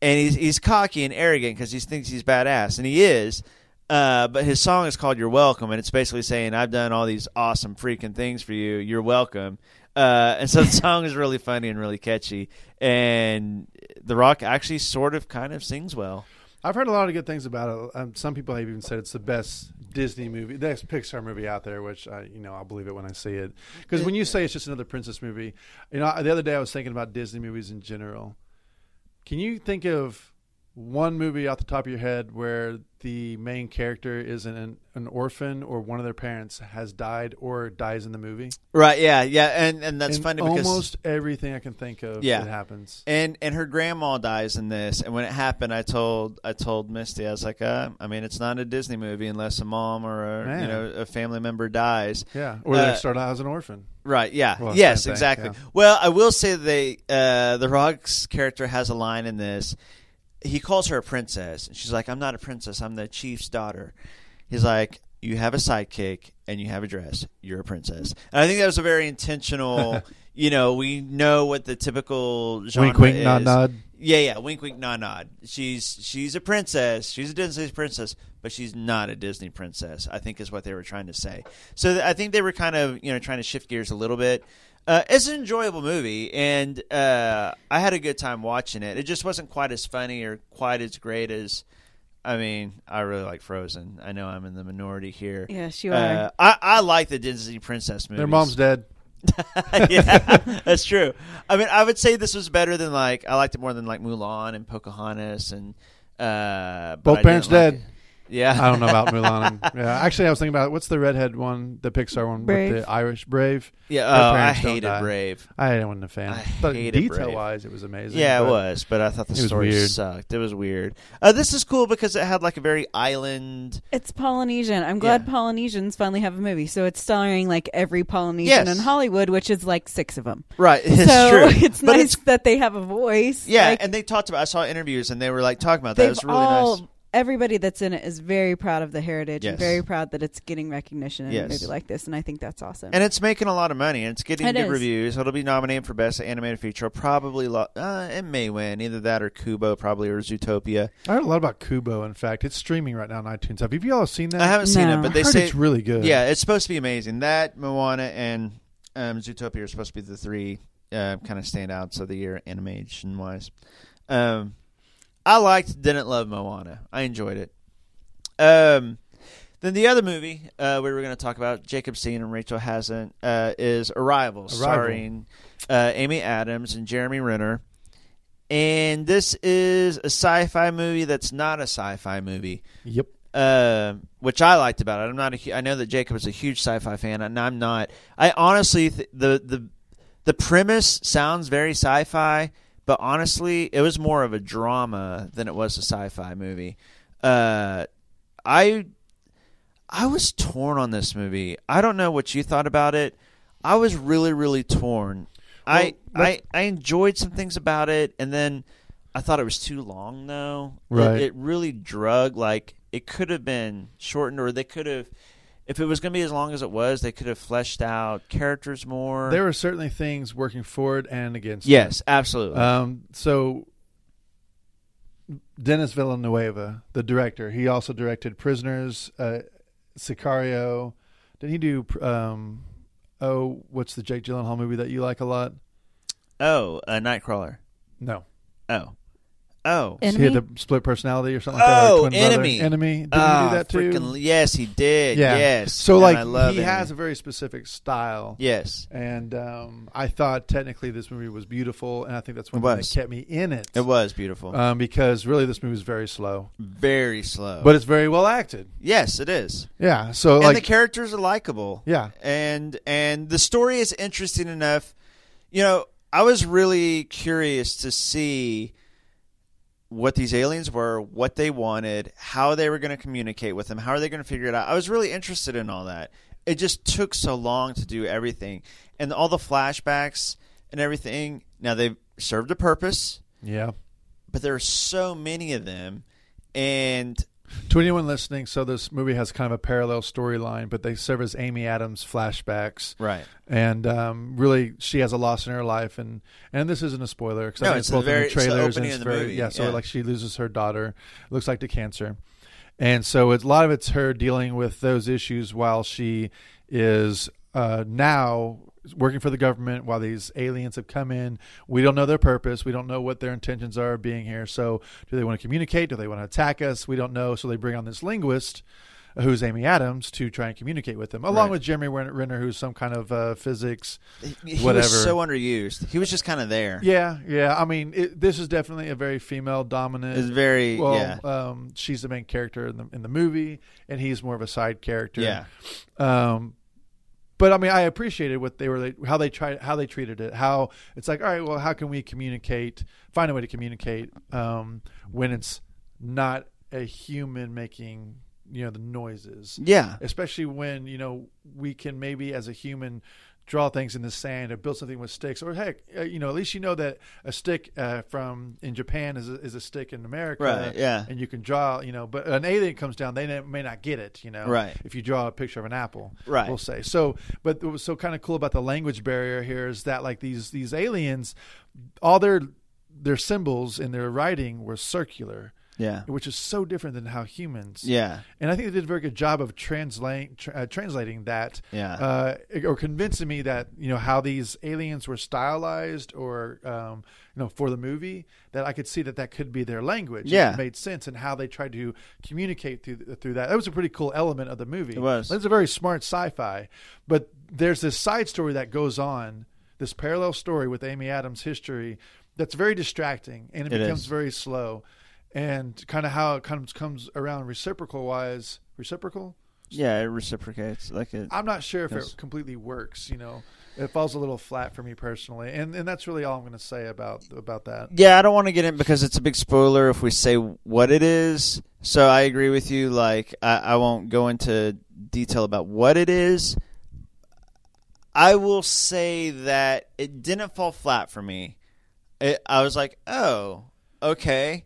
B: And he's, he's cocky and arrogant because he thinks he's badass. And he is. Uh, but his song is called You're Welcome. And it's basically saying, I've done all these awesome freaking things for you. You're welcome. Uh, and so the song is really funny and really catchy. And The Rock actually sort of kind of sings well.
A: I've heard a lot of good things about it. Um, some people have even said it's the best Disney movie, the best Pixar movie out there. Which I, you know, I'll believe it when I see it. Because when you say it's just another princess movie, you know, I- the other day I was thinking about Disney movies in general. Can you think of one movie off the top of your head where the main character is an an orphan or one of their parents has died or dies in the movie?
B: Right, yeah, yeah. And, and that's
A: In
B: funny because.
A: almost everything I can think of
B: Yeah.
A: that happens.
B: And and her grandma dies in this. And when it happened, I told I told Misty, I was like, uh, I mean, it's not a Disney movie unless a mom or a you
A: Man.
B: know a family member dies.
A: Yeah, or
B: Uh,
A: they start out as an orphan.
B: Right. Yeah.
A: Well, same
B: yes.
A: thing,
B: Exactly.
A: yeah.
B: Well, I will say they uh, the Rock's character has a line in this. He calls her a princess, and she's like, "I'm not a princess. I'm the chief's daughter." He's like, "You have a sidekick and you have a dress. You're a princess." And I think that was a very intentional. you know, we know what the typical genre
A: wink,
B: is.
A: nod, nod.
B: Yeah, yeah. Wink, wink, nod, nod. She's she's a princess. She's a Disney princess, but she's not a Disney princess. I think is what they were trying to say. So th- I think they were kind of you know trying to shift gears a little bit. Uh, it's an enjoyable movie, and uh, I had a good time watching it. It just wasn't quite as funny or quite as great as. I mean, I really like Frozen. I know I'm in the minority here.
C: Yes, you
B: Uh,
C: are.
B: I, I like the Disney princess movies.
A: Their mom's dead.
B: yeah, that's true. I mean, I would say this was better than like I liked it more than like Mulan and Pocahontas and uh, but
A: Both
B: I
A: parents
B: didn't
A: dead.
B: like it. Yeah,
A: I don't know about Mulan. yeah, actually, I was thinking about what's the redhead one, the Pixar one
C: Brave.
A: with the Irish Brave.
B: yeah.
A: Her
B: Oh, I
A: parents don't
B: hated
A: die.
B: Brave.
A: I wasn't a fan.
B: I
A: but
B: hated Brave.
A: detail wise, it was amazing.
B: Yeah,
A: but
B: it was, but I thought the
A: it was
B: story
A: weird.
B: sucked. It was weird. Uh, this is cool because it had like a very island.
C: It's Polynesian. I'm glad
B: Yeah.
C: Polynesians finally have a movie. So it's starring like every Polynesian
B: Yes.
C: in Hollywood, which is like six of them.
B: Right, it's
C: so
B: true.
C: it's
B: but
C: nice
B: it's
C: that they have a voice.
B: yeah,
C: Like,
B: and they talked about. I saw interviews and they were like talking about that.
C: they've
B: It was really
C: all
B: nice.
C: everybody that's in it is very proud of the heritage
B: Yes.
C: and very proud that it's getting recognition in
B: Yes.
C: a movie like this, and I think that's awesome.
B: And it's making a lot of money, and it's getting
C: It
B: good
C: is.
B: reviews. It'll be nominated for best animated feature. It'll Probably, lo- uh, it may win either that or Kubo, probably or Zootopia.
A: I heard a lot about Kubo. In fact, it's streaming right now on iTunes. Have you all seen that?
B: I haven't seen it,
C: No.
B: but
A: I
B: they
A: heard
B: say
A: it's really good.
B: Yeah, it's supposed to be amazing. That Moana and um, Zootopia are supposed to be the three uh, kind of standouts of the year animation wise. Um, I liked, didn't love Moana. I enjoyed it. Um, then the other movie uh, we were going to talk about, Jacob Seen and Rachel Hasn't, uh, is Arrival, starring uh, Amy Adams and Jeremy Renner. And this is a sci-fi movie that's not a sci-fi movie
A: Yep.
B: uh, which I liked about it. I'm not. A, hu- I know that Jacob is a huge sci-fi fan, and I'm not. I honestly th- the the the premise sounds very sci-fi, but honestly, it was more of a drama than it was a sci-fi movie. Uh, I I was torn on this movie. I don't know what you thought about it. I was really really torn. I I
A: let's-
B: I enjoyed some things about it, and then I thought it was too long though. It-
A: Right.
B: It, really drug like it could have been shortened, or they could have. If it was going to be as long as it was, they could have fleshed out characters more.
A: There were certainly things Uh, working for it and against. it.
B: yes, absolutely.
A: Um, so Um, Dennis Villanueva, the director, he also directed Prisoners, uh, Sicario. Did he do? Um, oh, what's the Jake Gyllenhaal movie that you like a lot?
B: Oh, a Nightcrawler.
A: No,
B: Oh, oh,
A: he had
C: Enemy?
A: the split personality or something. like that, or
B: Oh,
A: twin brother.
B: Enemy.
A: enemy. Did he
B: Ah,
A: do that too?
B: freaking- yes, he did.
A: yeah.
B: Yes.
A: So
B: And
A: like,
B: I love
A: he
B: Enemy.
A: has a very specific style.
B: Yes,
A: And um, I thought technically this movie was beautiful, and I think that's one
B: It
A: thing that
B: was.
A: kept me in it.
B: it was beautiful.
A: um, because really this movie is very slow,
B: Very slow.
A: but it's very well acted.
B: yes, it is.
A: Yeah. So
B: and
A: like,
B: the characters are likable.
A: Yeah.
B: and and the story is interesting enough. You know, I was really curious to see what these aliens were, what they wanted, how they were going to communicate with them, how are they going to figure it out. I was really interested in all that. It just took so long to do everything, and all the flashbacks and everything. Now they've served a purpose,
A: yeah.
B: but there are so many of them, and
A: To anyone listening, so this movie has kind of a parallel storyline, but they serve as Amy Adams flashbacks,
B: Right.
A: And um, really, she has a loss in her life, and and this isn't a spoiler because
B: No,
A: I think
B: it's
A: it's
B: the
A: both in
B: very-
A: the
B: it's the
A: trailers and
B: opening
A: it's
B: of the
A: very
B: movie,
A: yeah. So
B: yeah.
A: like she loses her daughter, looks like to cancer, and so it's, a lot of it's her dealing with those issues while she is uh, now working for the government while these aliens have come in we don't know their purpose we don't know what their intentions are of being here so do they want to communicate do they want to attack us we don't know so they bring on this linguist uh, who's amy adams to try and communicate with them along
B: Right.
A: with jeremy Ren- renner who's some kind of uh, physics
B: he he
A: whatever
B: was so underused. He was just kind of there.
A: yeah, yeah. I mean, it, this is definitely a very female dominant.
B: It's very-
A: well.
B: yeah.
A: Um, she's the main character in the in the movie, and he's more of a side character.
B: Yeah.
A: Um, but I mean, I appreciated what they were how they tried how they treated it. How it's like, all right, well, how can we communicate? Find a way to communicate um, when it's not a human making you know the noises
B: Yeah.
A: especially when you know we can maybe as a human draw things in the sand or build something with sticks or heck uh, you know at least you know that a stick uh, from in japan is a, is a stick in america
B: Right, yeah.
A: and you can draw you know but an alien comes down they ne- may not get it you know
B: Right.
A: if you draw a picture of an apple
B: Right.
A: we'll say so but what was so kind of cool about the language barrier here is that like these these aliens all their their symbols in their writing were circular
B: Yeah.
A: which is so different than how humans
B: Yeah.
A: and I think they did a very good job of translate, tr uh, translating that,
B: Yeah.
A: uh, or convincing me that you know how these aliens were stylized, or um, you know for the movie that I could see that that could be their language. and
B: Yeah.
A: it made sense, and how they tried to communicate through through that. That was a pretty cool element of the movie. It
B: was.
A: It's a very smart sci-fi, but there's this side story that goes on, this parallel story with Amy Adams' history that's very distracting, and it,
B: It
A: becomes
B: is.
A: very slow and kind of how it comes comes around reciprocal wise reciprocal
B: Yeah, it reciprocates like it.
A: i'm not sure if it completely works you know it falls a little flat for me personally and and that's really all i'm going to say about about that
B: yeah, I don't want to get in because it's a big spoiler if we say what it is. So I agree with you. Like I, I won't go into detail about what it is. I will say that it didn't fall flat for me. It, I was like, oh, okay,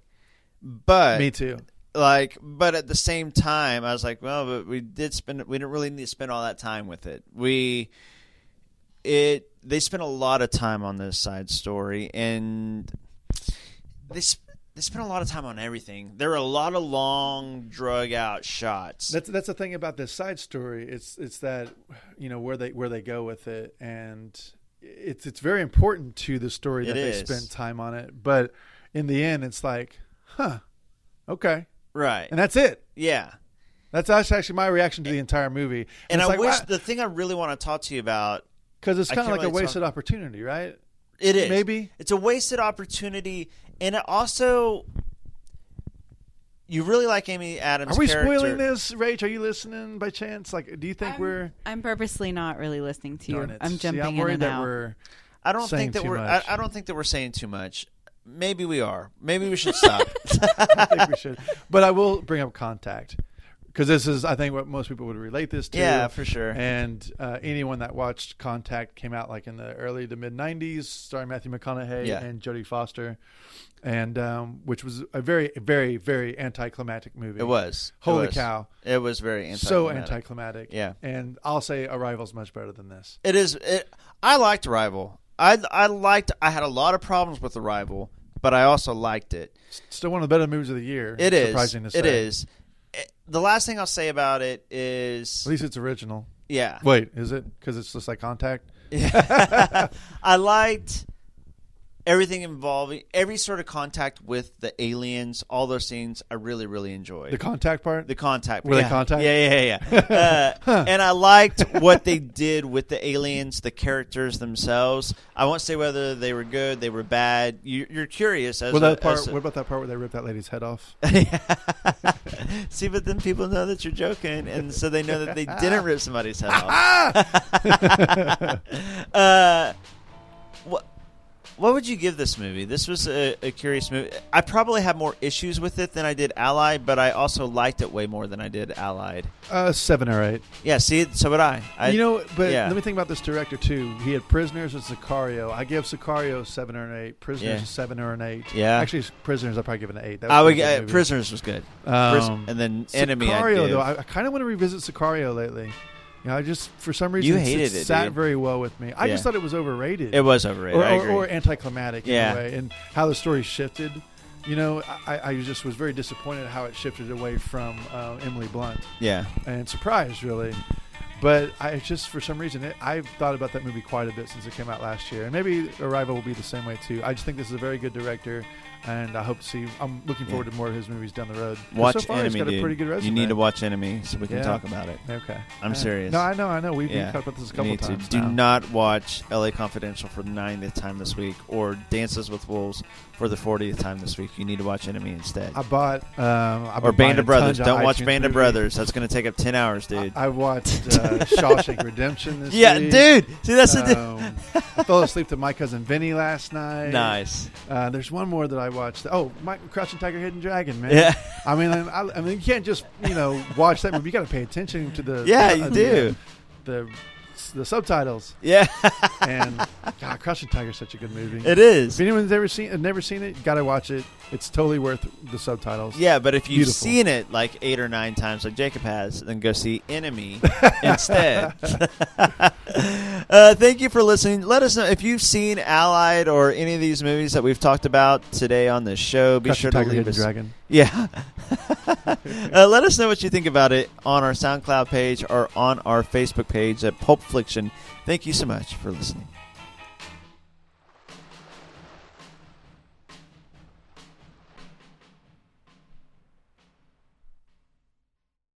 B: but
A: me too
B: like but at the same time i was like well but we did spend we didn't really need to spend all that time with it we it they spent a lot of time on this side story and they sp- they spent a lot of time on everything there are a lot of long drug out shots
A: that's that's the thing about this side story it's it's that you know where they where they go with it and it's it's very important to the story that
B: It
A: they
B: is.
A: spend time on it but in the end it's like huh okay
B: right
A: and that's it
B: yeah
A: that's actually my reaction to the entire movie and,
B: and
A: it's
B: i
A: like,
B: wish
A: why-
B: the thing i really want to talk to you about
A: Because it's
B: I
A: kind of
B: can't
A: like a
B: really
A: wasted opportunity, right?
B: It is.
A: Maybe.
B: It's a wasted opportunity. And it also you really like Amy Adams.
A: Are we
B: character.
A: spoiling this, Rach? Are you listening by chance? Like, do you think we're?
C: I'm purposely not really listening to
A: Darn
C: you.
A: it.
C: I'm
A: See,
C: jumping
A: I'm worried
C: in and
A: that
C: out.
A: we're.
B: I don't
A: saying
B: think that
A: too
B: we're
A: much.
B: I, I don't think that we're saying too much. Maybe we are. Maybe we should stop.
A: I think we should, but I will bring up contact because this is, I think, what most people would relate this to.
B: Yeah, for sure.
A: And uh, anyone that watched Contact came out like in the early to mid '90s, starring Matthew McConaughey
B: Yeah.
A: and Jodie Foster, and um, which was a very, very, very anticlimactic movie.
B: it was. It
A: Holy
B: was.
A: cow!
B: It was very anti
A: So anticlimactic.
B: Yeah.
A: And I'll say Arrival's much better than this.
B: It is it I liked Rival. I I liked I had a lot of problems with the Rival, but I also liked it.
A: Still one of the better movies of the year.
B: It is
A: Surprising to say.
B: It is. Eh, The last thing I'll say about it is
A: At least it's original.
B: yeah.
A: Wait, is it? Because it's just like Contact.
B: I liked everything involving every sort of contact with the aliens. All those scenes I really really enjoyed.
A: The Contact part.
B: The contact.
A: Were they
B: yeah.
A: contact?
B: Yeah, yeah, yeah. yeah. Uh, And I liked what they did with the aliens, the characters themselves. I won't say whether they were good, they were bad. You, you're curious as
A: Well,
B: a-
A: that part.
B: as a-
A: What about that part where they ripped that lady's head off?
B: See, but then people know that you're joking, and so they know that they didn't rip somebody's head off.
A: Ah!
B: uh, what what would you give this movie? This was a, a curious movie. I probably had more issues with it than I did Allied, but I also liked it way more than I did Allied.
A: Uh, seven or eight.
B: Yeah, see, so would I. I
A: you know, but
B: yeah.
A: let me think about this director too. He had Prisoners and Sicario. I give Sicario seven or an eight. Prisoners
B: Yeah.
A: a seven or an eight.
B: Yeah.
A: actually, Prisoners I probably give it an eight. That was
B: I
A: a
B: would.
A: pretty good
B: Uh,
A: movie.
B: Prisoners was good, Pris-
A: Um,
B: and then
A: Sicario,
B: Enemy. I
A: though,
B: give.
A: I, I kind of want to revisit Sicario lately. You know, I just for some reason
B: You
A: it's-
B: hated
A: it
B: it,
A: sat
B: dude.
A: very well with me. I just
B: Yeah.
A: thought it was overrated.
B: it was overrated.
A: or,
B: I
A: or,
B: agree.
A: or anticlimactic
B: Yeah.
A: in a way, and how the story shifted. You know, I, I just was very disappointed how it shifted away from uh, Emily Blunt,
B: yeah,
A: and surprised really. But I just, for some reason, it, I've thought about that movie quite a bit since it came out last year, and maybe Arrival will be the same way too. I just think this is a very good director, and I hope to see. I'm looking forward to more of his movies down the road. 'Cause
B: watch
A: so far,
B: Enemy.
A: he's got
B: dude.
A: a pretty good resume.
B: You need to watch Enemy so we can
A: Yeah.
B: talk about it.
A: Okay,
B: I'm
A: Uh,
B: serious.
A: No, I know, I know. We've
B: Yeah.
A: we've talked about this a
B: You
A: couple
B: need to.
A: times.
B: Do
A: now.
B: not watch LA Confidential for the 90th time this week or Dances with Wolves for the 40th time this week. You need to watch Enemy instead.
A: I bought um, I've
B: or
A: been buying
B: Band of
A: a
B: Brothers.
A: tons of
B: Don't watch
A: iTunes
B: Band of
A: movies.
B: Brothers. That's going to take up 10 hours, dude.
A: I watched uh, Shawshank Redemption this
B: yeah,
A: week.
B: dude. See, that's the thing.
A: Um, I fell asleep to my cousin Vinny last night.
B: Nice.
A: Uh, there's one more that I watched. Oh, my Crouching Tiger, Hidden Dragon, man.
B: Yeah.
A: I mean, I, I mean, you can't just you know watch that movie. You got to pay attention to the
B: Yeah, you
A: uh,
B: do.
A: the, the the subtitles.
B: Yeah,
A: And God, Crouching Tiger is such a good movie.
B: it
A: If
B: is.
A: anyone's ever seen uh, never seen it, got to watch it. It's totally worth the subtitles.
B: Yeah, but if you've
A: Beautiful.
B: seen it like eight or nine times, like Jacob has, then go see Enemy instead. uh, thank you for listening. Let us know if you've seen Allied or any of these movies that we've talked about today on this show. Be
A: Crouching
B: sure to
A: Tiger,
B: leave
A: Hidden
B: us.
A: Dragon.
B: Yeah. uh, let us know what you think about it on our SoundCloud page or on our Facebook page at Pulp Fiction. Thank you so much for listening.